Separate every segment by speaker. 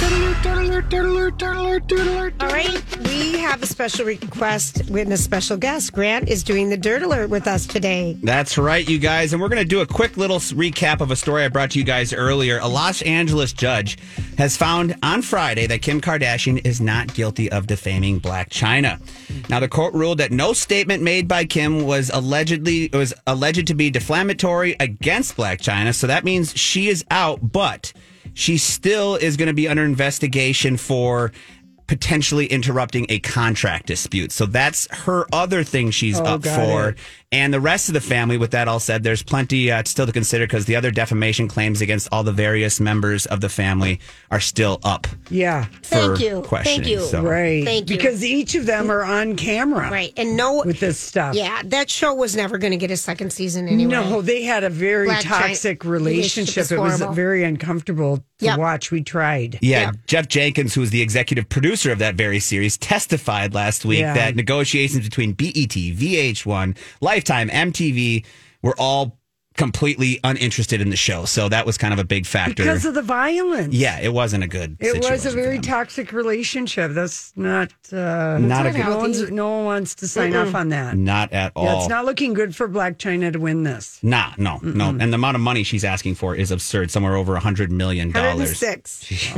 Speaker 1: All right, we have a special request with a special guest. Grant is doing the dirt alert with us today.
Speaker 2: That's right, you guys. And we're going to do a quick little s- recap of a story I brought to you guys earlier. A Los Angeles judge has found on Friday that Kim Kardashian is not guilty of defaming Black China. Now, the court ruled that no statement made by Kim was allegedly was alleged to be defamatory against Black China. So that means she is out, but she still is going to be under investigation for potentially interrupting a contract dispute. So that's her other thing she's up for. And the rest of the family, with that all said, there's plenty uh, still to consider because the other defamation claims against all the various members of the family are still up.
Speaker 3: Yeah,
Speaker 2: For
Speaker 4: Thank you.
Speaker 2: questioning,
Speaker 4: Thank you.
Speaker 2: so-
Speaker 3: right.
Speaker 4: Thank you.
Speaker 3: Because each of them are on camera.
Speaker 1: Right, and no,
Speaker 3: With this stuff.
Speaker 1: yeah, that show was never going to get a second season anyway.
Speaker 3: No, they had a very
Speaker 1: Black China-
Speaker 3: toxic
Speaker 1: relationship
Speaker 3: relationship.
Speaker 1: is
Speaker 3: It was
Speaker 1: horrible.
Speaker 3: very uncomfortable to
Speaker 1: Yep.
Speaker 3: watch. We tried.
Speaker 2: Yeah, Jeff Jenkins, who is the executive producer of that very series, testified last week
Speaker 3: Yeah.
Speaker 2: that negotiations between E BET, VH1, Lifetime, MTV were all completely uninterested in the show. So that was kind of a big factor.
Speaker 3: Because of the violence.
Speaker 2: yeah, it wasn't a good.
Speaker 3: It was a
Speaker 2: situation
Speaker 3: very
Speaker 2: for them.
Speaker 3: toxic relationship. That's not. Uh,
Speaker 2: Not a
Speaker 3: no,
Speaker 2: good-
Speaker 3: one's, no one wants to sign off on that.
Speaker 2: Not at all.
Speaker 3: Yeah, it's not looking good for Black China to win this.
Speaker 2: Nah, no, no. And the amount of money she's asking for is absurd. Somewhere over a hundred million dollars.
Speaker 1: 106.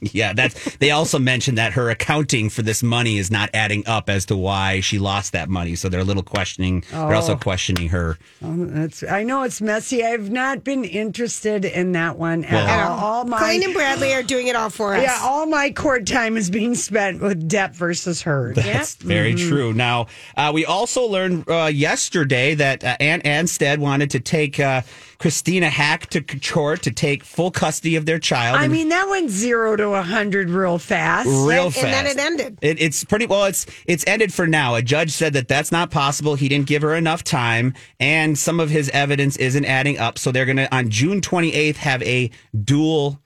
Speaker 2: yeah, that's. They also mentioned that her accounting for this money is not adding up as to why she lost that money. So they're a little questioning. They're also questioning her.
Speaker 3: Um, that's, I know it's messy. I've not been interested in that one at
Speaker 2: Well-
Speaker 3: all. All my
Speaker 1: Colleen and Bradley are doing it all for us.
Speaker 3: Yeah, all my court time is being spent with Depp versus Heard.
Speaker 2: That's very true. Now, uh, we also learned uh, yesterday that uh, Ann Anstead wanted to take uh, Christina Hack to court to take full custody of their child.
Speaker 3: I
Speaker 2: And-
Speaker 3: mean, that went zero to a 100 real fast.
Speaker 2: real
Speaker 1: Right,
Speaker 2: fast.
Speaker 1: and then it ended.
Speaker 2: It, it's pretty well. It's it's ended for now. A judge said that that's not possible. He didn't give her enough time, and some of his evidence isn't adding up. So they're going to on June 28th have a dual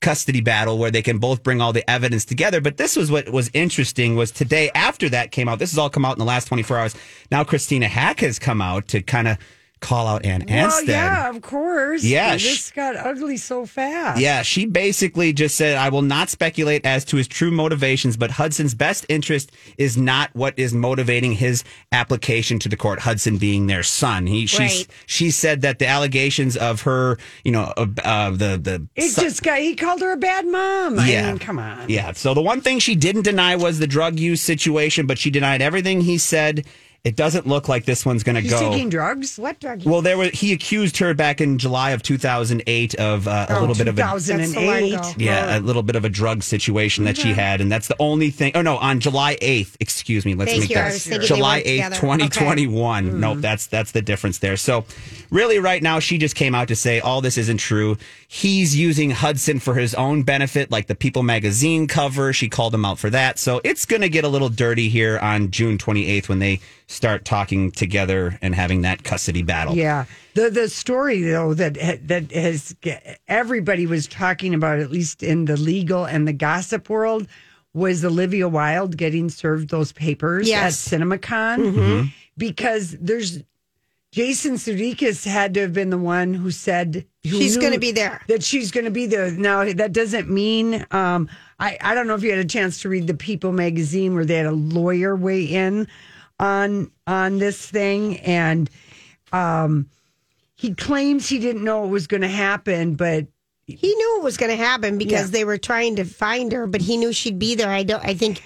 Speaker 2: custody battle where they can both bring all the evidence together. But this was what was interesting was today after that came out. This has all come out in the last 24 hours. Now Christina Hack has come out to kind of call out Ann
Speaker 3: Well,
Speaker 2: Anstead.
Speaker 3: yeah, of course.
Speaker 2: Yeah,
Speaker 3: This got ugly so fast.
Speaker 2: Yeah, she basically just said, I will not speculate as to his true motivations, but Hudson's best interest is not what is motivating his application to the court. Hudson being their son. He, she,
Speaker 1: Right.
Speaker 2: she said that the allegations of her, you know, of uh, the, the,
Speaker 3: It
Speaker 2: son-
Speaker 3: just got, he called her a bad mom. I mean, come on.
Speaker 2: yeah. So the one thing she didn't deny was the drug use situation, but she denied everything he said. It doesn't look like this one's going to
Speaker 3: He's
Speaker 2: go.
Speaker 3: taking drugs? What drug?
Speaker 2: well, there was he accused her back in July of 2008 of uh, a
Speaker 3: Oh,
Speaker 2: little bit of a
Speaker 3: 2008.
Speaker 1: That's the lingo.
Speaker 2: Yeah, a little bit of a drug situation that
Speaker 1: Mm-hmm.
Speaker 2: she had, and that's the only thing. Oh no, on July eighth, excuse me. Let's
Speaker 1: Thank
Speaker 2: make
Speaker 1: you, I
Speaker 2: that
Speaker 1: was thinking they
Speaker 2: July
Speaker 1: worked
Speaker 2: eighth,
Speaker 1: together. Hmm.
Speaker 2: twenty twenty one. Nope, that's that's the difference there. So, really, right now, she just came out to say all this isn't true. He's using Hudson for his own benefit, like the People magazine cover. She called him out for that. So it's going to get a little dirty here on June twenty eighth when they start talking together and having that custody battle.
Speaker 3: Yeah. The the story though that ha- that has everybody was talking about at least in the legal and the gossip world was Olivia Wilde getting served those papers
Speaker 1: Yes.
Speaker 3: at CinemaCon because there's Jason Sudeikis had to have been the one who said who
Speaker 1: She's
Speaker 3: knew
Speaker 1: gonna be there.
Speaker 3: That she's going to be there. Now that doesn't mean um, I I don't know if you had a chance to read the People magazine where they had a lawyer weigh in on on this thing and um, he claims he didn't know it was going to happen, but
Speaker 1: He knew it was going to happen because they were trying to find her, but he knew she'd be there. I don't. I think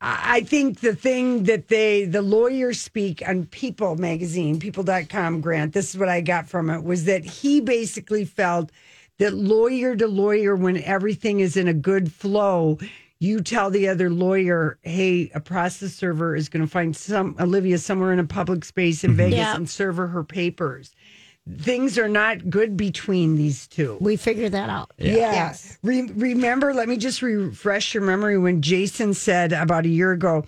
Speaker 3: I I think the thing that they, the lawyer speak on People magazine, people.com, Grant, this is what I got from it, was that he basically felt that lawyer to lawyer, when everything is in a good flow, you tell the other lawyer, hey, a process server is going to find some Olivia somewhere in a public space in Vegas
Speaker 4: Yeah.
Speaker 3: and serve her her papers. Things are not good between these two.
Speaker 4: We figured that out.
Speaker 3: Yeah.
Speaker 1: Yes.
Speaker 3: Re- remember, let me just refresh your memory when Jason said about a year ago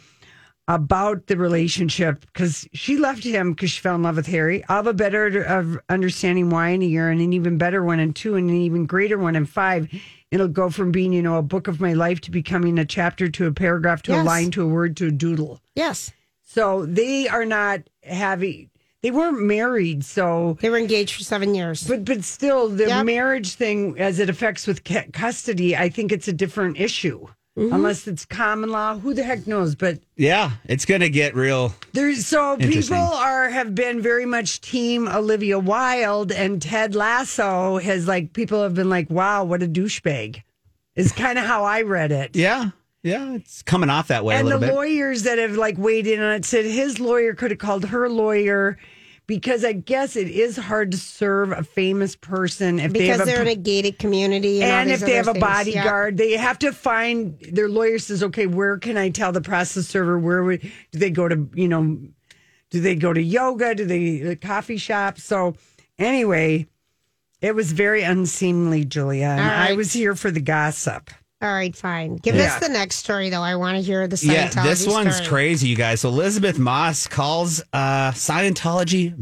Speaker 3: about the relationship because she left him because she fell in love with Harry. I'll have a better of understanding why in a year and an even better one in two and an even greater one in five. It'll go from being, you know, a book of my life to becoming a chapter to a paragraph to a
Speaker 4: Yes.
Speaker 3: line to a word to a doodle.
Speaker 4: Yes.
Speaker 3: So they are not having, they weren't married. So
Speaker 1: They were engaged for seven years.
Speaker 3: but but still, the
Speaker 1: Yep.
Speaker 3: marriage thing, as it affects with cu- custody, I think it's a different issue.
Speaker 1: Mm-hmm.
Speaker 3: Unless it's common law, who the heck knows? But
Speaker 2: Yeah, it's going to get real.
Speaker 3: there's so people
Speaker 2: Interesting.
Speaker 3: are have been very much team Olivia Wilde and Ted Lasso has like people have been like, wow, what a douchebag, is kind of how I read it.
Speaker 2: Yeah, yeah, it's coming off that way a
Speaker 3: and the
Speaker 2: little bit.
Speaker 3: lawyers that have like weighed in on it said his lawyer could have called her lawyer because I guess it is hard to serve a famous person if they
Speaker 1: because
Speaker 3: have
Speaker 1: they
Speaker 3: a
Speaker 1: are in a gated community, and, all
Speaker 3: and
Speaker 1: these
Speaker 3: if they have
Speaker 1: other
Speaker 3: a
Speaker 1: things. Yeah.
Speaker 3: bodyguard, they have to find their lawyer says, okay, where can I tell the process server? Where would, do they go to? You know, do they go to yoga? Do they the coffee shop? So anyway, it was very unseemly, Julia. And
Speaker 1: All right.
Speaker 3: I was here for the gossip.
Speaker 1: All right, fine. Give us the next story, though. I want to hear the Scientology
Speaker 2: yeah, this one's
Speaker 1: story.
Speaker 2: crazy, you guys. Elizabeth Moss calls uh, Scientology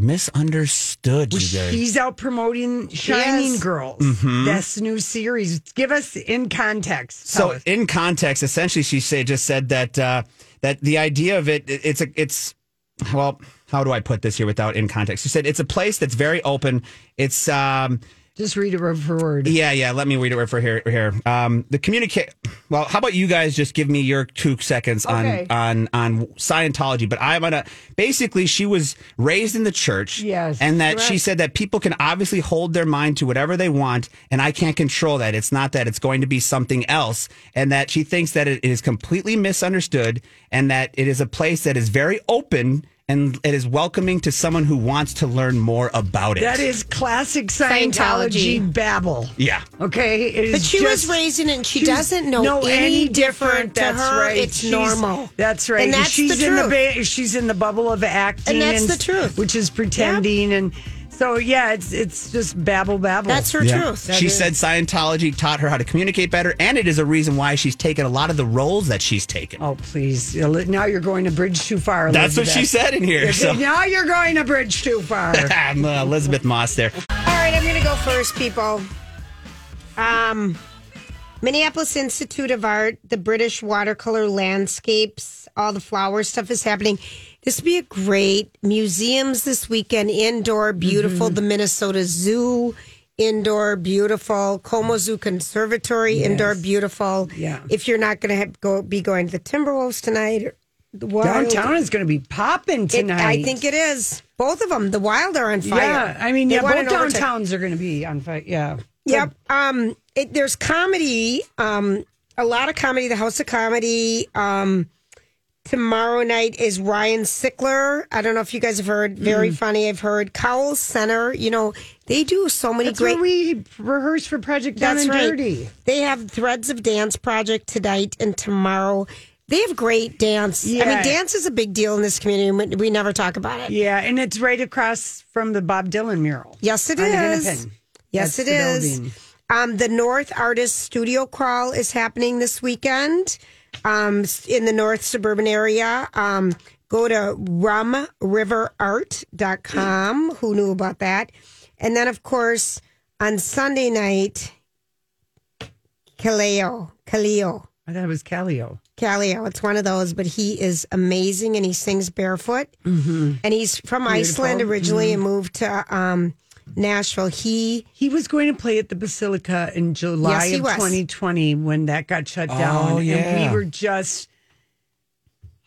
Speaker 2: misunderstood. You guys. Mm-hmm.
Speaker 3: He's out promoting Shining
Speaker 1: Yes.
Speaker 3: Girls, this new series. Give us in context. Tell
Speaker 2: So
Speaker 3: us.
Speaker 2: in context, essentially, she say, just said that uh, that the idea of it, it- it's a, it's well, how do I put this here without in context? She said it's a place that's very open. It's um,
Speaker 3: just read it word for word.
Speaker 2: yeah, yeah. Let me read it for here. Here, um, the communicate. Well, how about you guys just give me your two seconds on
Speaker 3: Okay.
Speaker 2: on on Scientology? But I'm gonna basically she was raised in the church,
Speaker 3: Yes,
Speaker 2: and that she said that people can obviously hold their mind to whatever they want, and I can't control that. It's not that it's going to be something else, and that she thinks that it is completely misunderstood, and that it is a place that is very open. And it is welcoming to someone who wants to learn more about it.
Speaker 3: That is classic Scientology,
Speaker 1: Scientology.
Speaker 3: babble.
Speaker 2: yeah.
Speaker 3: Okay, it is
Speaker 1: But she
Speaker 3: just-
Speaker 1: was raised in it. and She
Speaker 3: she's
Speaker 1: doesn't know
Speaker 3: no
Speaker 1: any, different. to
Speaker 3: That's
Speaker 1: her,
Speaker 3: right.
Speaker 1: It's
Speaker 3: She's-
Speaker 1: normal.
Speaker 3: That's right.
Speaker 1: And that's
Speaker 3: she's
Speaker 1: the
Speaker 3: in
Speaker 1: truth.
Speaker 3: the ba- she's in the bubble of
Speaker 1: And
Speaker 3: acting,
Speaker 1: that's the truth.
Speaker 3: which is pretending. And so, yeah, it's it's just babble, babble.
Speaker 1: That's her
Speaker 2: Yeah.
Speaker 1: truth.
Speaker 2: She said Scientology taught her how to communicate better, and it is a reason why she's taken a lot of the roles that she's taken.
Speaker 3: Oh, please! Eli- Now you're going a bridge too far.
Speaker 2: That's what
Speaker 3: Elizabeth.
Speaker 2: she said in here. So
Speaker 3: Now you're going a bridge too far.
Speaker 2: I'm, uh, Elizabeth Moss there.
Speaker 1: All right, I'm going to go first, people. Um, Minneapolis Institute of Art, the British watercolor landscapes, all the flower stuff is happening. This would be a great museums this weekend. Indoor, beautiful.
Speaker 3: Mm-hmm.
Speaker 1: The Minnesota Zoo, indoor, beautiful. Como Zoo Conservatory, indoor, beautiful.
Speaker 3: Yeah.
Speaker 1: If you're not going to have, go be going to the Timberwolves tonight, or the Wild,
Speaker 3: Downtown is going to be popping
Speaker 1: It-
Speaker 3: tonight.
Speaker 1: I think it is. Both of them. The Wild are on fire.
Speaker 3: Yeah, I mean,
Speaker 1: They
Speaker 3: yeah,
Speaker 1: won
Speaker 3: both
Speaker 1: in overtime.
Speaker 3: downtowns are going to be on fire. Yeah.
Speaker 1: Yep. Um, it, there's comedy, um, a lot of comedy, the House of Comedy. Um, tomorrow night is Ryan Sickler. I don't know if you guys have heard, very
Speaker 3: Mm.
Speaker 1: funny. I've heard Cowell Center. You know, they do so many
Speaker 3: That's
Speaker 1: great.
Speaker 3: where we rehearse for Project Down and Dirty.
Speaker 1: They have Threads of Dance project tonight and tomorrow. They have great dance. I
Speaker 3: Yeah.
Speaker 1: mean, dance is a big deal in this community. and we- We never talk about it.
Speaker 3: Yeah, and it's right across from the Bob Dylan mural.
Speaker 1: Yes, it
Speaker 3: On
Speaker 1: is.
Speaker 3: Hennepin.
Speaker 1: Yes,
Speaker 3: That's
Speaker 1: it
Speaker 3: the
Speaker 1: is.
Speaker 3: building.
Speaker 1: Um, the North Artist Studio Crawl is happening this weekend um, s- in the North Suburban area. Um, go to rumriverart.com. Who knew about that? And then, of course, on Sunday night, Kaleo. Kaleo.
Speaker 3: I thought it was Callio.
Speaker 1: Callio. It's one of those, but he is amazing and he sings barefoot.
Speaker 3: Mm-hmm.
Speaker 1: And he's from Iceland originally and moved to um, Nashville. He,
Speaker 3: He was going to play at the Basilica in July
Speaker 1: Yes, he
Speaker 3: of
Speaker 1: was. Oh,
Speaker 3: 2020 when that got shut down. And
Speaker 2: yeah.
Speaker 3: we were just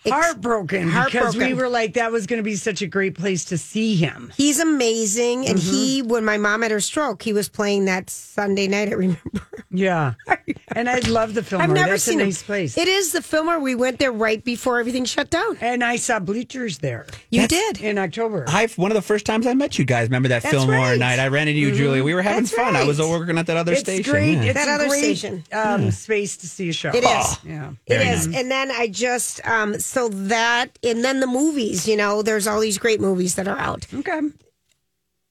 Speaker 1: Ex-
Speaker 3: heartbroken, because we
Speaker 1: heartbroken.
Speaker 3: were like, that was going to be such a great place to see him.
Speaker 1: he's amazing.
Speaker 3: Mm-hmm.
Speaker 1: And he, when my mom had her stroke, he was playing that Sunday night, I remember.
Speaker 3: Yeah. And I love the film.
Speaker 1: I've never
Speaker 3: Oh, That's
Speaker 1: seen
Speaker 3: a
Speaker 1: it.
Speaker 3: nice place.
Speaker 1: It is the film where we went there right before everything shut down.
Speaker 3: And I saw Bleachers there
Speaker 1: You
Speaker 2: That's-
Speaker 1: did.
Speaker 3: in October.
Speaker 2: I one of the first times I met you guys. Remember that
Speaker 1: That's
Speaker 2: Fillmore
Speaker 1: right. Mm-hmm.
Speaker 2: night? I rented you, Julia. We were having
Speaker 1: That's
Speaker 2: fun. I was
Speaker 1: right.
Speaker 2: working at that other
Speaker 3: it's
Speaker 2: station.
Speaker 3: great.
Speaker 2: yeah.
Speaker 3: It's
Speaker 1: That
Speaker 3: a
Speaker 1: other
Speaker 3: great,
Speaker 1: station.
Speaker 3: um, space to see a show.
Speaker 1: It is.
Speaker 3: Yeah.
Speaker 1: It
Speaker 2: Very
Speaker 1: is.
Speaker 2: nice.
Speaker 1: And then I just, um, so that, and then the movies, you know, there's all these great movies that are out.
Speaker 3: Okay.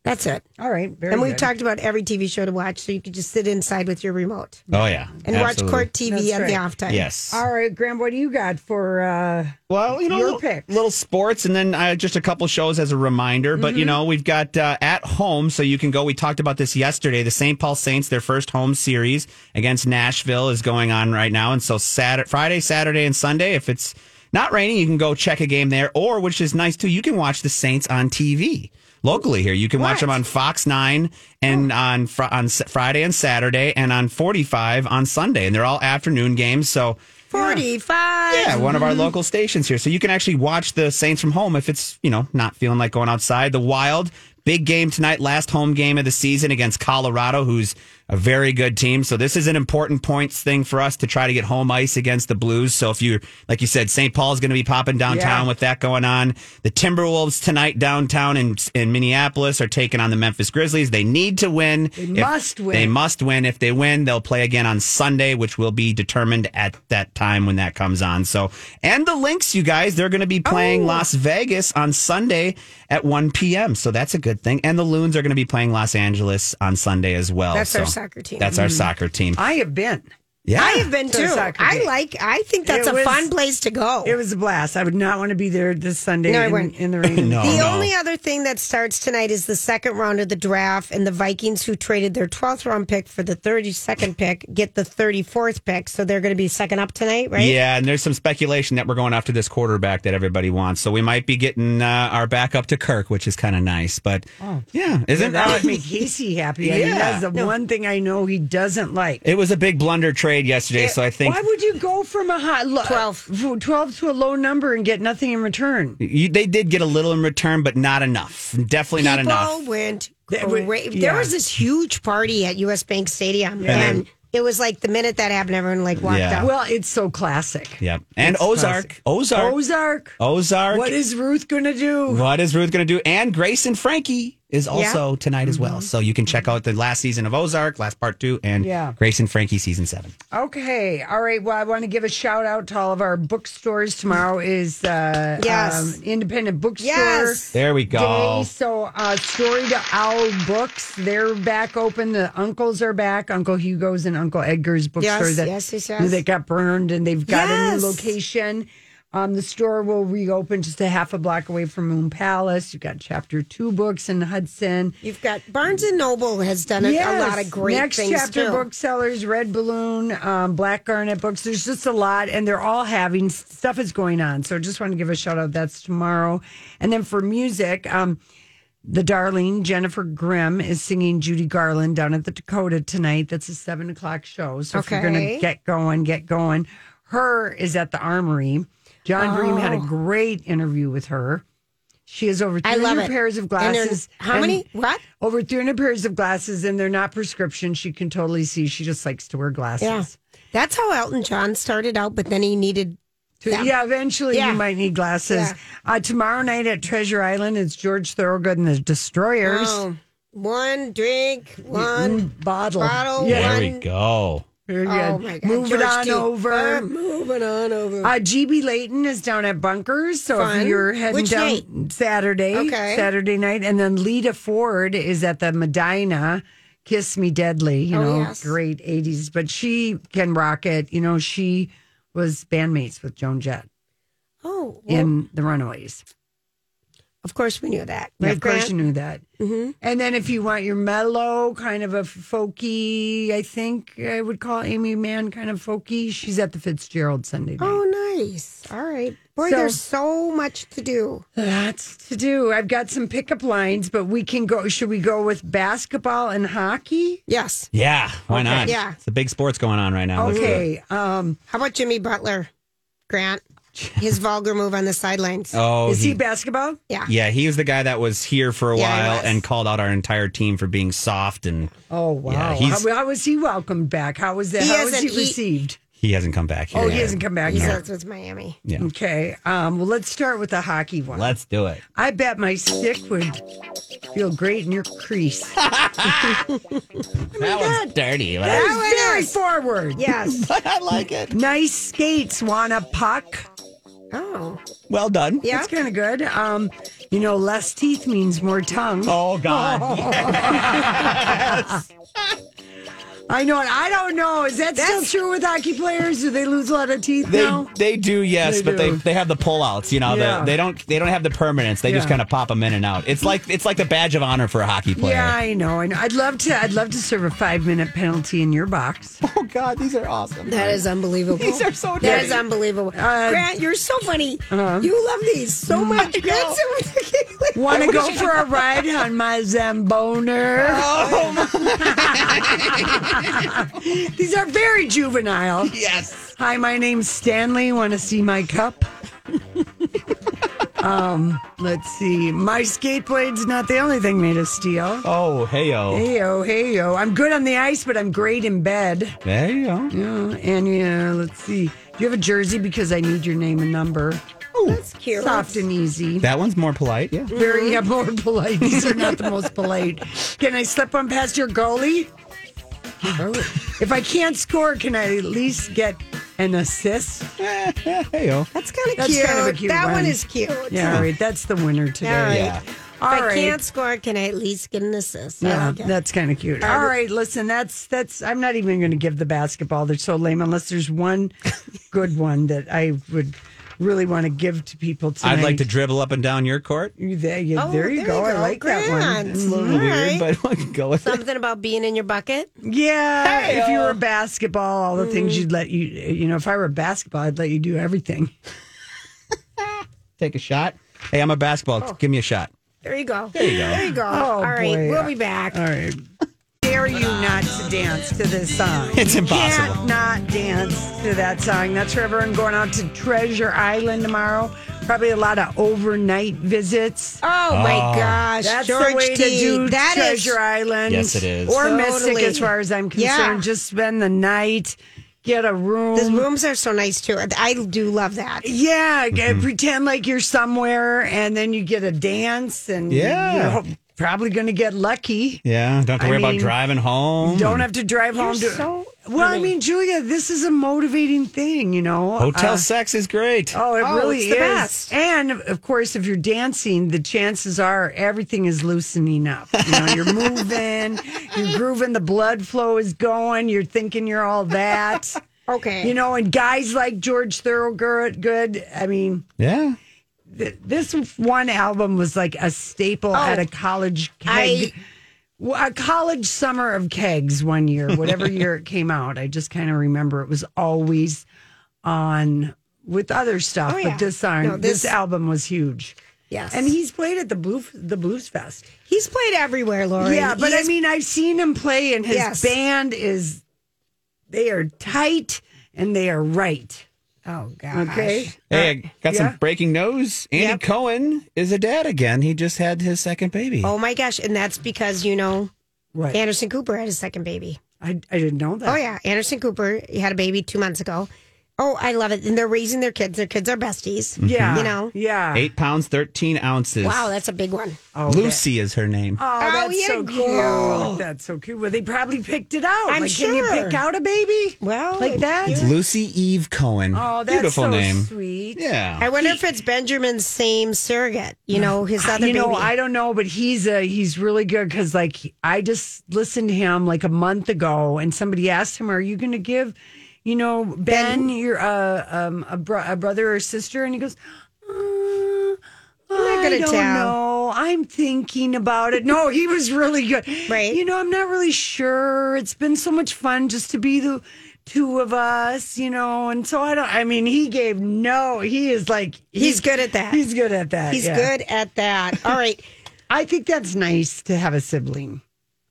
Speaker 1: That's it.
Speaker 3: All right. Very
Speaker 1: and we've
Speaker 3: good.
Speaker 1: talked about every TV show to watch, so you could just sit inside with your remote
Speaker 2: Oh yeah,
Speaker 1: and watch
Speaker 2: Absolutely.
Speaker 1: court TV
Speaker 3: That's
Speaker 1: at the
Speaker 3: right.
Speaker 1: off time.
Speaker 2: Yes.
Speaker 3: All right, Graham, what do you got for uh
Speaker 2: Well, you know,
Speaker 3: Your
Speaker 2: little,
Speaker 3: pick.
Speaker 2: little sports, and then uh, just a couple shows as a reminder. But you know, we've got uh, at home, so you can go. We talked about this yesterday. The St. Paul Saints, their first home series against Nashville, is going on right now, and so Saturday, Friday, Saturday, and Sunday. If it's not raining, you can go check a game there, or which is nice too, you can watch the Saints on TV locally here. You can watch them on Fox Nine and on fr- on S- Friday and Saturday, and on Forty Five on Sunday, and they're all afternoon games. So
Speaker 1: 45.
Speaker 2: yeah, one of our
Speaker 3: Mm-hmm.
Speaker 2: local stations here. So you can actually watch the Saints from home if it's, you know, not feeling like going outside. The Wild, big game tonight, last home game of the season against Colorado, who's a very good team. So this is an important points thing for us to try to get home ice against the Blues. So if you, like you said, St. Paul's going to be popping downtown with that going on. The Timberwolves tonight downtown in, in Minneapolis are taking on the Memphis Grizzlies. They need to win. They
Speaker 3: must win.
Speaker 2: They must win. If they win, they'll play again on Sunday, which will be determined at that time when that comes on. So, and the Lynx, you guys, they're going to be
Speaker 1: Oh.
Speaker 2: playing Las Vegas on Sunday at 1 p.m. So that's a good thing. And the Loons are going to be playing Los Angeles on Sunday as well.
Speaker 1: That's
Speaker 2: So
Speaker 1: our soccer team. Mm.
Speaker 2: That's our soccer team.
Speaker 3: I have been.
Speaker 2: Yeah.
Speaker 1: I have been
Speaker 3: To a
Speaker 1: too.
Speaker 3: soccer
Speaker 1: I
Speaker 3: game.
Speaker 1: like, I think that's
Speaker 3: It
Speaker 1: a
Speaker 3: was-
Speaker 1: fun place to go.
Speaker 3: It was a blast. I would not want to be there this Sunday
Speaker 1: No, I
Speaker 3: in,
Speaker 1: wouldn't.
Speaker 3: in the rain.
Speaker 2: No.
Speaker 1: the
Speaker 2: Oh, no.
Speaker 1: only other thing that starts tonight is the second round of the draft, and the Vikings, who traded their 12th round pick for the 32nd pick, get the 34th pick. So they're going to be second up tonight, right?
Speaker 2: Yeah, and there's some speculation that we're going after this quarterback that everybody wants. So we might be getting uh, our backup to Kirk, which is kind of nice. But
Speaker 1: Oh.
Speaker 2: yeah, isn't
Speaker 3: That
Speaker 2: uh,
Speaker 3: would make Casey happy. I mean,
Speaker 2: Yeah.
Speaker 3: that's the one thing I know he doesn't like.
Speaker 2: It was a big blunder trade yesterday, so I think
Speaker 3: Why would you go from a high lo-
Speaker 1: 12.
Speaker 3: f- 12 to a low number and get nothing in return?
Speaker 2: You, they did get a little in return, but not enough. Definitely not
Speaker 1: People
Speaker 2: enough.
Speaker 1: went
Speaker 3: They were-
Speaker 1: cra-
Speaker 3: yeah.
Speaker 1: There was this huge party at US Bank Stadium, and, it was like the minute that happened, everyone like walked
Speaker 2: Yeah.
Speaker 1: out.
Speaker 3: Well, it's so classic.
Speaker 2: Yep. And
Speaker 3: It's
Speaker 2: Ozark,
Speaker 3: classic.
Speaker 2: Ozark. Ozark.
Speaker 3: Ozark. What is Ruth going to do?
Speaker 2: what is Ruth going to do? And Grace and Frankie is also tonight as well. So you can check out the last season of Ozark, last part two, and
Speaker 3: Mm-hmm. Yeah.
Speaker 2: Grace and Frankie season seven.
Speaker 3: Okay. All right. Well, I want to give a shout out to all of our bookstores. Tomorrow is uh,
Speaker 1: Yes.
Speaker 3: um, Independent Bookstore
Speaker 1: Yes.
Speaker 2: There we
Speaker 3: Day.
Speaker 2: go.
Speaker 3: So, uh, Story to Owl Books, they're back open. The uncles are back. Uncle Hugo's and Uncle Edgar's bookstore
Speaker 1: Yes,
Speaker 3: that,
Speaker 1: yes, yes, yes.
Speaker 3: that got burned, and they've got a
Speaker 1: Yes.
Speaker 3: new location. Um, the store will reopen just a half a block away from Moon Palace. You've got Chapter Two books in Hudson.
Speaker 1: You've got Barnes and Noble has done a, a lot of great
Speaker 3: Next
Speaker 1: things
Speaker 3: chapter
Speaker 1: too.
Speaker 3: booksellers, Red Balloon, um, Black Garnet Books. There's just a lot, and they're all having stuff is going on. So just want to give a shout out. That's tomorrow, and then for music, um, the darling Jennifer Grimm is singing Judy Garland down at the Dakota tonight. That's a seven o'clock show. So if you're going
Speaker 1: Okay.
Speaker 3: to get going, get going. Her is at the Armory. John Bream had a great interview with her. She has over
Speaker 1: Oh. I love
Speaker 3: 300
Speaker 1: it.
Speaker 3: pairs of
Speaker 1: And they're-
Speaker 3: glasses.
Speaker 1: how
Speaker 3: and-
Speaker 1: many? What?
Speaker 3: over 300 pairs of glasses and they're not prescription she can totally see she just likes to wear glasses
Speaker 1: Yeah. That's how Elton John started out, but then he needed
Speaker 3: To- yeah. eventually
Speaker 1: Yeah.
Speaker 3: you might need glasses
Speaker 1: Yeah.
Speaker 3: uh, tomorrow night at treasure island it's george thorogood and the destroyers
Speaker 1: oh, one drink, one.
Speaker 3: mm, bottle,
Speaker 1: Bottle,
Speaker 3: yeah
Speaker 2: There we go.
Speaker 3: very good
Speaker 1: Oh my God.
Speaker 3: move it
Speaker 1: George
Speaker 3: on
Speaker 1: Duke.
Speaker 3: over
Speaker 1: Uh, moving on over.
Speaker 3: Uh, GB Layton is down at Bunkers, so
Speaker 1: Fun.
Speaker 3: if you're heading
Speaker 1: Which
Speaker 3: down
Speaker 1: night?
Speaker 3: Saturday,
Speaker 1: Okay.
Speaker 3: Saturday night, and then Lita Ford is at the Medina. Kiss Me Deadly, you
Speaker 1: Oh,
Speaker 3: know,
Speaker 1: yes.
Speaker 3: great '80s, but she can rock it. You know, she was bandmates with Joan Jett
Speaker 1: oh, well,
Speaker 3: in The Runaways.
Speaker 1: of course we knew that.
Speaker 3: Yeah,
Speaker 1: Right,
Speaker 3: of course,
Speaker 1: Grant?
Speaker 3: you knew that.
Speaker 1: Mm-hmm.
Speaker 3: And then if you want your mellow, kind of a folky, I think I would call Amy Mann kind of folky. She's at the Fitzgerald Sunday night.
Speaker 1: Oh, nice. All right. Boy,
Speaker 3: So-
Speaker 1: there's so much to do.
Speaker 3: That's to do. I've got some pickup lines, but we can go. Should we go with basketball and hockey?
Speaker 1: Yes.
Speaker 2: Yeah. Why not?
Speaker 1: yeah.
Speaker 2: It's the big sports going on right now. Let's do it.
Speaker 3: Okay. Um,
Speaker 1: How about Jimmy Butler, Grant? his vulgar move on the sidelines.
Speaker 2: Oh,
Speaker 3: Is he,
Speaker 2: he-
Speaker 3: basketball?
Speaker 1: yeah.
Speaker 2: yeah, he was the guy that was here for a
Speaker 1: Yeah, he
Speaker 2: while
Speaker 1: was.
Speaker 2: and called out our entire team for being soft, and
Speaker 3: Oh wow!
Speaker 2: Yeah, he's-
Speaker 3: how, how was he welcomed back? How was that?
Speaker 1: He
Speaker 3: how was he
Speaker 1: hasn't- he-
Speaker 3: received?
Speaker 2: he hasn't come back here.
Speaker 3: Oh, he
Speaker 2: yet.
Speaker 3: hasn't come back
Speaker 1: He
Speaker 3: yet.
Speaker 1: starts with Miami.
Speaker 2: Yeah.
Speaker 3: Okay. Um, well, let's start with the hockey one.
Speaker 2: Let's do it.
Speaker 3: I bet my stick would feel great in your crease.
Speaker 1: Oh,
Speaker 2: That one's dirty.
Speaker 3: Oh That
Speaker 2: But
Speaker 3: was very forward.
Speaker 1: Yes.
Speaker 2: I, I like it.
Speaker 3: Nice skates, wanna puck.
Speaker 1: oh.
Speaker 2: Well done.
Speaker 1: Yeah.
Speaker 3: That's kind of good. Um, you know, less teeth means more tongue.
Speaker 2: Oh God.
Speaker 3: I know it. I don't know. Is that
Speaker 1: That's-
Speaker 3: still true with hockey players? Do they lose a lot of teeth
Speaker 2: They
Speaker 3: now?
Speaker 2: they do yes,
Speaker 3: They
Speaker 2: but they
Speaker 3: do.
Speaker 2: they have the pullouts. You know,
Speaker 3: Yeah.
Speaker 2: the, they don't they don't have the permanence. They just
Speaker 3: Yeah.
Speaker 2: kind of pop them in and out. It's like it's like the badge of honor for a hockey player.
Speaker 3: Yeah, I know. I know. I'd love to. I'd love to serve a five minute penalty in your box.
Speaker 2: Oh God, these are awesome.
Speaker 1: That is unbelievable. These are so That is unbelievable.
Speaker 3: Uh,
Speaker 1: Grant, you're so funny.
Speaker 3: Uh-huh.
Speaker 1: You love these so
Speaker 3: Mm-hmm.
Speaker 1: much. Grant's so
Speaker 3: Want to go for a ride on my Zamboner? These are very juvenile.
Speaker 2: Yes.
Speaker 3: Hi, my name's Stanley. Want to see my cup? um, let's see. My skateblade's not the only thing made of steel.
Speaker 2: Oh heyo.
Speaker 3: Heyo, heyo. I'm good on the ice, but I'm great in bed.
Speaker 2: There you go.
Speaker 3: Yeah, and yeah, let's see. Do you have a jersey? Because I need your name and number.
Speaker 1: That's cute.
Speaker 3: Soft and easy.
Speaker 2: That one's more polite. Yeah.
Speaker 3: Very yeah, more polite. These are not the most polite. Can I slip one past your goalie? If I can't score, can I at least get an assist?
Speaker 2: heyo.
Speaker 1: That's kind of
Speaker 3: That's
Speaker 1: cute.
Speaker 3: kind of a cute
Speaker 1: that one.
Speaker 3: one.
Speaker 1: is cute.
Speaker 3: Yeah, all right. That's the winner today.
Speaker 1: All right.
Speaker 2: Yeah.
Speaker 3: All
Speaker 1: if I
Speaker 3: right.
Speaker 1: can't score, can I at least get an assist? I
Speaker 3: Yeah,
Speaker 1: like it.
Speaker 3: that's kind of cute. All right, listen, that's that's. I'm not even going to give the basketball. They're so lame. Unless there's one good one that I would really want to give to people tonight.
Speaker 2: I'd like to dribble up and down your court.
Speaker 3: You- There you,
Speaker 1: Oh,
Speaker 3: there you go. I like that
Speaker 1: Grant.
Speaker 3: one. Mm.
Speaker 2: It's a little
Speaker 1: All right.
Speaker 2: weird, but we can go with it.
Speaker 1: Something about being in your bucket.
Speaker 3: Yeah, if
Speaker 1: oh.
Speaker 3: you were basketball, all the things
Speaker 1: Mm.
Speaker 3: you'd let you. You know, if I were basketball, I'd let you do everything.
Speaker 2: Take a shot. Hey, I'm a basketball. Give me a shot.
Speaker 1: There you go.
Speaker 2: There you go.
Speaker 1: There you go.
Speaker 3: Oh,
Speaker 1: All right,
Speaker 3: boy. Uh,
Speaker 1: we'll be back.
Speaker 3: All right. Dare you not to dance to this song?
Speaker 2: It's impossible.
Speaker 3: Can't not dance to that song. That's for everyone going out to Treasure Island tomorrow. Probably a lot of overnight visits.
Speaker 1: Oh, my gosh,
Speaker 3: That's
Speaker 1: George
Speaker 3: the way to
Speaker 1: T.
Speaker 3: do
Speaker 1: that is-
Speaker 3: Treasure Island.
Speaker 2: Yes, it is.
Speaker 3: Or Mystic,
Speaker 1: Totally.
Speaker 3: as far as I'm
Speaker 1: Yeah.
Speaker 3: concerned. Just spend the night, get a room.
Speaker 1: The rooms are so nice too. I do love that.
Speaker 3: Yeah, g-
Speaker 2: Mm-hmm.
Speaker 3: pretend like you're somewhere, and then you get a dance, and
Speaker 2: Yeah.
Speaker 3: you're ho- probably going to get lucky.
Speaker 2: Yeah. Don't have to
Speaker 3: I
Speaker 2: worry about
Speaker 3: mean,
Speaker 2: driving home.
Speaker 3: Don't have to drive home. To,
Speaker 1: so
Speaker 3: well, I
Speaker 1: funny.
Speaker 3: mean, Julia, this is a motivating thing, you know.
Speaker 2: Hotel
Speaker 3: Uh,
Speaker 2: sex is great.
Speaker 3: Oh, it
Speaker 1: Oh,
Speaker 3: really
Speaker 1: it's the
Speaker 3: is.
Speaker 1: best.
Speaker 3: And of course, if you're dancing, the chances are everything is loosening up. You know, you're moving, you're grooving, the blood flow is going, you're thinking you're all that.
Speaker 1: Okay.
Speaker 3: You know, and guys like George Thorogood, good. I mean,
Speaker 2: Yeah.
Speaker 3: this one album was like a staple
Speaker 1: Oh,
Speaker 3: at a college keg, well, a college summer of kegs one year, whatever year it came out. I just kind of remember it was always on with other stuff,
Speaker 1: Oh, yeah.
Speaker 3: but this song,
Speaker 1: No,
Speaker 3: this,
Speaker 1: this-
Speaker 3: album was huge.
Speaker 1: yes.
Speaker 3: And he's played at the Blue, the Blues Fest.
Speaker 1: he's played everywhere, Lori.
Speaker 3: Yeah, but
Speaker 1: He
Speaker 3: I
Speaker 1: is-
Speaker 3: mean, I've seen him play, and his
Speaker 1: Yes.
Speaker 3: band is they are tight and they are right.
Speaker 1: oh gosh.
Speaker 3: Okay,
Speaker 2: Hey, I got
Speaker 3: Uh, yeah.
Speaker 2: some breaking news. Andy
Speaker 3: Yep.
Speaker 2: Cohen is a dad again. He just had his second baby.
Speaker 1: Oh my gosh, and that's because you know
Speaker 3: right?
Speaker 1: Anderson Cooper had his second baby.
Speaker 3: I I didn't know that.
Speaker 1: Oh yeah, Anderson Cooper he had a baby two months ago. Oh, I love it. And they're raising their kids. Their kids are besties.
Speaker 3: Yeah,
Speaker 1: You know.
Speaker 3: yeah.
Speaker 2: Eight pounds, 13 ounces.
Speaker 1: Wow, that's a big one.
Speaker 3: Oh,
Speaker 2: Lucy is her name.
Speaker 3: Oh, that's
Speaker 1: yeah,
Speaker 3: so
Speaker 1: girl.
Speaker 3: cute. That's so cute. Well, they probably picked it out.
Speaker 1: I'm
Speaker 3: like, Can you
Speaker 1: sure.
Speaker 3: pick out a baby?
Speaker 1: Well,
Speaker 3: like that?
Speaker 2: It's Lucy Eve Cohen.
Speaker 3: Oh, that's
Speaker 2: Beautiful
Speaker 3: so
Speaker 2: name.
Speaker 3: sweet.
Speaker 2: Yeah.
Speaker 1: I wonder if it's Benjamin's same surrogate. You know, his other
Speaker 3: you know,
Speaker 1: baby.
Speaker 3: I don't know, but he's a he's really good because like I just listened to him like a month ago, and somebody asked him, "Are you going to give, you know, Ben, your uh, um, a, bro- a brother or sister?" And he goes, uh,
Speaker 1: not
Speaker 3: "I
Speaker 1: gonna
Speaker 3: don't
Speaker 1: tell."
Speaker 3: know. I'm thinking about it." No, he was really good.
Speaker 1: Right.
Speaker 3: You know, I'm not really sure. It's been so much fun just to be the two of us, you know, and so I don't. I mean, he gave no. He is like
Speaker 1: He's good at that.
Speaker 3: He's good at that.
Speaker 1: He's
Speaker 3: yeah.
Speaker 1: good at that. All right.
Speaker 3: I think that's nice to have a sibling.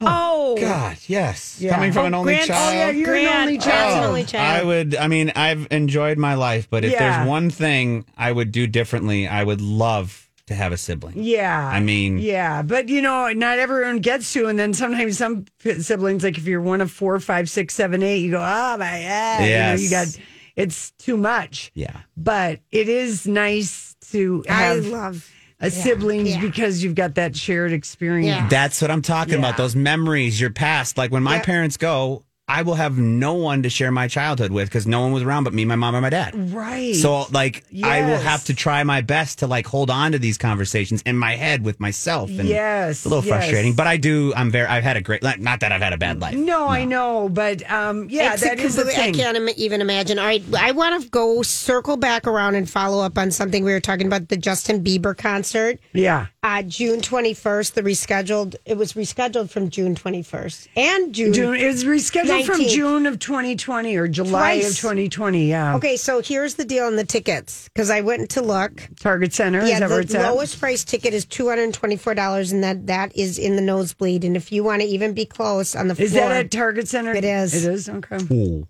Speaker 1: oh
Speaker 4: No.
Speaker 2: God, yes.
Speaker 3: Yeah.
Speaker 2: Coming from an only
Speaker 4: Grant's-
Speaker 2: child.
Speaker 3: Oh, yeah, you're an
Speaker 4: Grant.
Speaker 3: only
Speaker 4: Oh,
Speaker 3: child.
Speaker 4: an only
Speaker 2: I
Speaker 4: child.
Speaker 2: would. I mean, I've enjoyed my life, but if
Speaker 3: Yeah.
Speaker 2: there's one thing I would do differently, I would love to have a sibling.
Speaker 3: Yeah.
Speaker 2: I mean-
Speaker 3: yeah. But, you know, not everyone gets to. And then sometimes some p- siblings, like if you're one of four, five, six, seven, eight, you go, oh, my God. You,
Speaker 2: Yes.
Speaker 3: know, you got, it's too much.
Speaker 2: Yeah.
Speaker 3: But it is nice to
Speaker 1: I
Speaker 3: have
Speaker 1: love.
Speaker 3: a siblings because you've got that shared experience.
Speaker 1: Yeah.
Speaker 2: That's what I'm talking about. Those memories, your past. Like when my parents go, I will have no one to share my childhood with because no one was around but me, my mom, and my dad.
Speaker 3: Right.
Speaker 2: So, like, I will
Speaker 3: Yes.
Speaker 2: have to try my best to like hold on to these conversations in my head with myself. And
Speaker 3: Yes,
Speaker 2: it's a little
Speaker 3: yes.
Speaker 2: frustrating, but I do. I'm very. I've had a great. like, Not that I've had a bad life.
Speaker 3: no, I know, but um, yeah,
Speaker 1: It's
Speaker 3: that
Speaker 1: a
Speaker 3: is the
Speaker 1: complete- I
Speaker 3: thing.
Speaker 1: can't im- even imagine. All right, I want to go circle back around and follow up on something we were talking about the Justin Bieber concert.
Speaker 3: Yeah,
Speaker 1: Uh, June 21st, the rescheduled, it was rescheduled from June 21st and June.
Speaker 3: June is rescheduled from
Speaker 1: 19th.
Speaker 3: June of 2020 or July of
Speaker 1: Twice.
Speaker 3: 2020. Yeah,
Speaker 1: Okay, so here's the deal on the tickets because I went to look.
Speaker 3: Target Center is
Speaker 1: Yeah,
Speaker 3: that where
Speaker 1: the
Speaker 3: it's at?
Speaker 1: lowest price ticket is two hundred and twenty four dollars, and that that is in the nosebleed. And if you want to even be close on the floor,
Speaker 3: Is that at Target Center?
Speaker 1: It is.
Speaker 3: It is. Okay.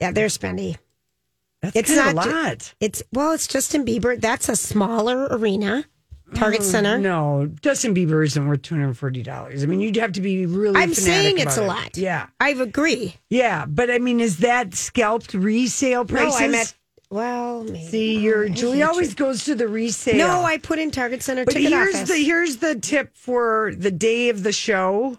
Speaker 1: yeah, they're spendy.
Speaker 3: That's
Speaker 1: It's
Speaker 3: kind of
Speaker 1: not
Speaker 3: a
Speaker 1: ju-
Speaker 3: lot.
Speaker 1: It's well, it's Justin Bieber. That's a smaller arena, Target Center.
Speaker 3: Mm, No, Justin Bieber isn't worth two hundred forty dollars. I mean, you'd have to be really.
Speaker 1: I'm
Speaker 3: fanatic
Speaker 1: saying it's
Speaker 3: about
Speaker 1: a
Speaker 3: it.
Speaker 1: lot.
Speaker 3: Yeah,
Speaker 1: I agree.
Speaker 3: yeah, but I mean, is that scalped resale
Speaker 1: No,
Speaker 3: prices?
Speaker 1: Oh, I'm at well, maybe.
Speaker 3: See, your Julie always goes to the resale.
Speaker 1: no, I put in Target Center
Speaker 3: But
Speaker 1: ticket
Speaker 3: here's
Speaker 1: office.
Speaker 3: the here's the tip for the day of the show.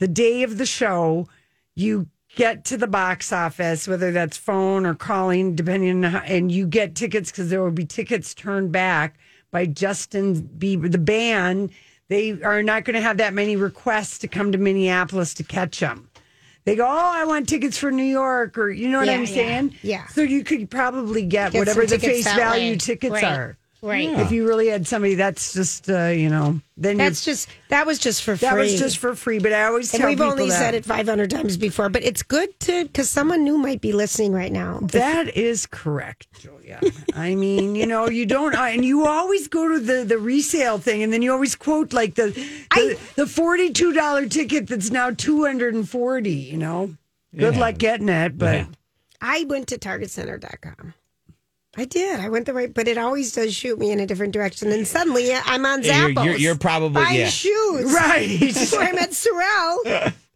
Speaker 3: The day of the show, you get to the box office, whether that's phone or calling, depending on how, and you get tickets because there will be tickets turned back by Justin Bieber, the band. They are not going to have that many requests to come to Minneapolis to catch them. They go, oh, I want tickets for New York, or you know what
Speaker 1: Yeah,
Speaker 3: I'm
Speaker 1: yeah,
Speaker 3: saying?
Speaker 1: yeah.
Speaker 3: So you could probably get,
Speaker 1: Get
Speaker 3: whatever
Speaker 1: some
Speaker 3: the
Speaker 1: tickets
Speaker 3: face
Speaker 1: that
Speaker 3: value
Speaker 1: way.
Speaker 3: tickets
Speaker 1: Right.
Speaker 3: are.
Speaker 1: right.
Speaker 3: If you really had somebody, that's just uh, you know, then you're-
Speaker 1: That's just that was just for free.
Speaker 3: that was just for free. But I always
Speaker 1: And
Speaker 3: tell
Speaker 1: we've
Speaker 3: people
Speaker 1: only
Speaker 3: that.
Speaker 1: said it 500 times before, but it's good to because someone new might be listening right now.
Speaker 3: That is correct, Julia. I mean, you know, you don't, and you always go to the the resale thing, and then you always quote like the the, the forty two dollar ticket that's now two hundred and forty. You know, good luck getting it, but
Speaker 2: Yeah.
Speaker 1: I went to targetcenter.com. I did. I went the right, but it always does shoot me in a different direction. And suddenly I'm on
Speaker 2: You're-
Speaker 1: Zappos.
Speaker 2: you're- you're probably-
Speaker 1: buying
Speaker 2: yeah.
Speaker 1: shoes.
Speaker 3: right.
Speaker 1: Before I'm at Sorel.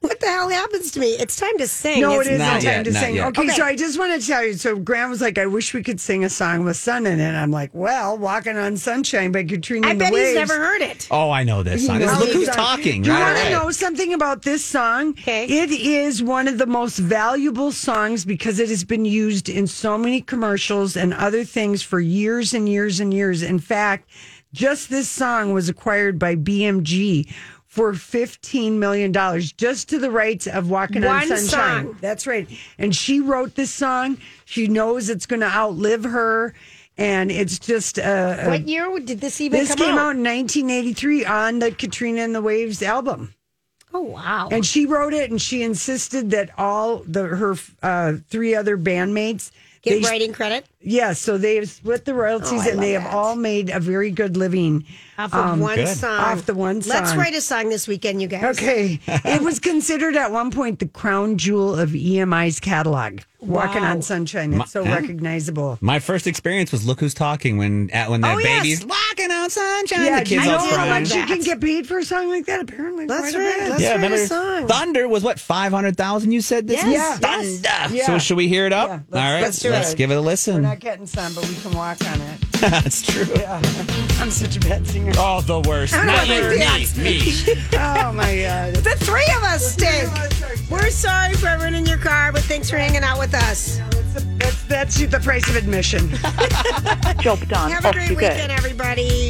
Speaker 1: what the hell happens to me? It's time to sing.
Speaker 3: No, it
Speaker 1: It's-
Speaker 3: is
Speaker 2: Not
Speaker 3: not time
Speaker 2: yet,
Speaker 3: to
Speaker 2: not
Speaker 3: sing.
Speaker 2: yet.
Speaker 3: Okay,
Speaker 1: Okay.
Speaker 3: so I just want to tell you. So Graham was like, "I wish we could sing a song with sun in it." I'm like, "Well, Walking on Sunshine by Katrina."
Speaker 1: I
Speaker 3: and the
Speaker 1: bet he's
Speaker 3: Waves.
Speaker 1: never heard it.
Speaker 2: Oh, I know this song. This-
Speaker 3: Now
Speaker 2: look
Speaker 3: he's
Speaker 2: who's
Speaker 3: on-
Speaker 2: talking.
Speaker 3: Do you
Speaker 2: right
Speaker 3: want
Speaker 2: away.
Speaker 3: to know something about this song?
Speaker 1: Okay.
Speaker 3: It is one of the most valuable songs because it has been used in so many commercials and other things for years and years and years. In fact, just this song was acquired by BMG for $15 million just to the rights of Walking on
Speaker 1: One
Speaker 3: Sunshine.
Speaker 1: song.
Speaker 3: That's right. And she wrote this song. She knows it's going to outlive her. And it's just a, a
Speaker 1: What year did this even
Speaker 3: this
Speaker 1: come
Speaker 3: came out.
Speaker 1: out?
Speaker 3: in 1983 on the Katrina and the Waves album,
Speaker 1: Oh, wow.
Speaker 3: and she wrote it, and she insisted that all the her uh, three other bandmates
Speaker 1: Give
Speaker 3: they-
Speaker 1: writing credit
Speaker 3: Yeah, so they have split the royalties, and they have all made a very good living.
Speaker 1: off of one song.
Speaker 3: Off the one
Speaker 1: Let's
Speaker 3: song.
Speaker 1: write a song this weekend, you guys.
Speaker 3: Okay, it was considered at one point the crown jewel of EMI's catalog. Walking on Sunshine, it's so recognizable.
Speaker 2: My first experience was "Look Who's Talking" when at when that
Speaker 1: Oh, yes.
Speaker 2: baby's locking out sunshine.
Speaker 3: Yeah,
Speaker 2: the
Speaker 3: do you
Speaker 2: kids
Speaker 3: know
Speaker 2: all
Speaker 1: did
Speaker 3: how
Speaker 2: crying.
Speaker 3: much you can get paid for a song like that? Apparently,
Speaker 1: That's
Speaker 3: quite a
Speaker 1: right.
Speaker 3: bit.
Speaker 1: Let's
Speaker 2: yeah,
Speaker 1: write
Speaker 2: remember
Speaker 1: a song.
Speaker 2: Thunder was what five hundred thousand? You said this.
Speaker 3: Yes.
Speaker 2: is?
Speaker 3: Yeah.
Speaker 2: Thunder.
Speaker 3: Yes.
Speaker 2: So should we hear it up?
Speaker 3: Yeah, let's-
Speaker 2: all right,
Speaker 3: let's do it.
Speaker 2: give it a
Speaker 3: We're
Speaker 2: listen.
Speaker 3: not getting sun, but we can walk on it.
Speaker 2: That's true.
Speaker 3: I'm such a bad singer.
Speaker 2: Oh, the worst. Not you, me, me.
Speaker 3: Oh my god.
Speaker 1: The three of us stink. We're sorry for everyone in your car, but thanks for hanging out with us.
Speaker 3: That's that's the price of admission.
Speaker 5: Job done.
Speaker 1: Have a
Speaker 5: Off
Speaker 1: great
Speaker 5: you go.
Speaker 1: weekend, everybody.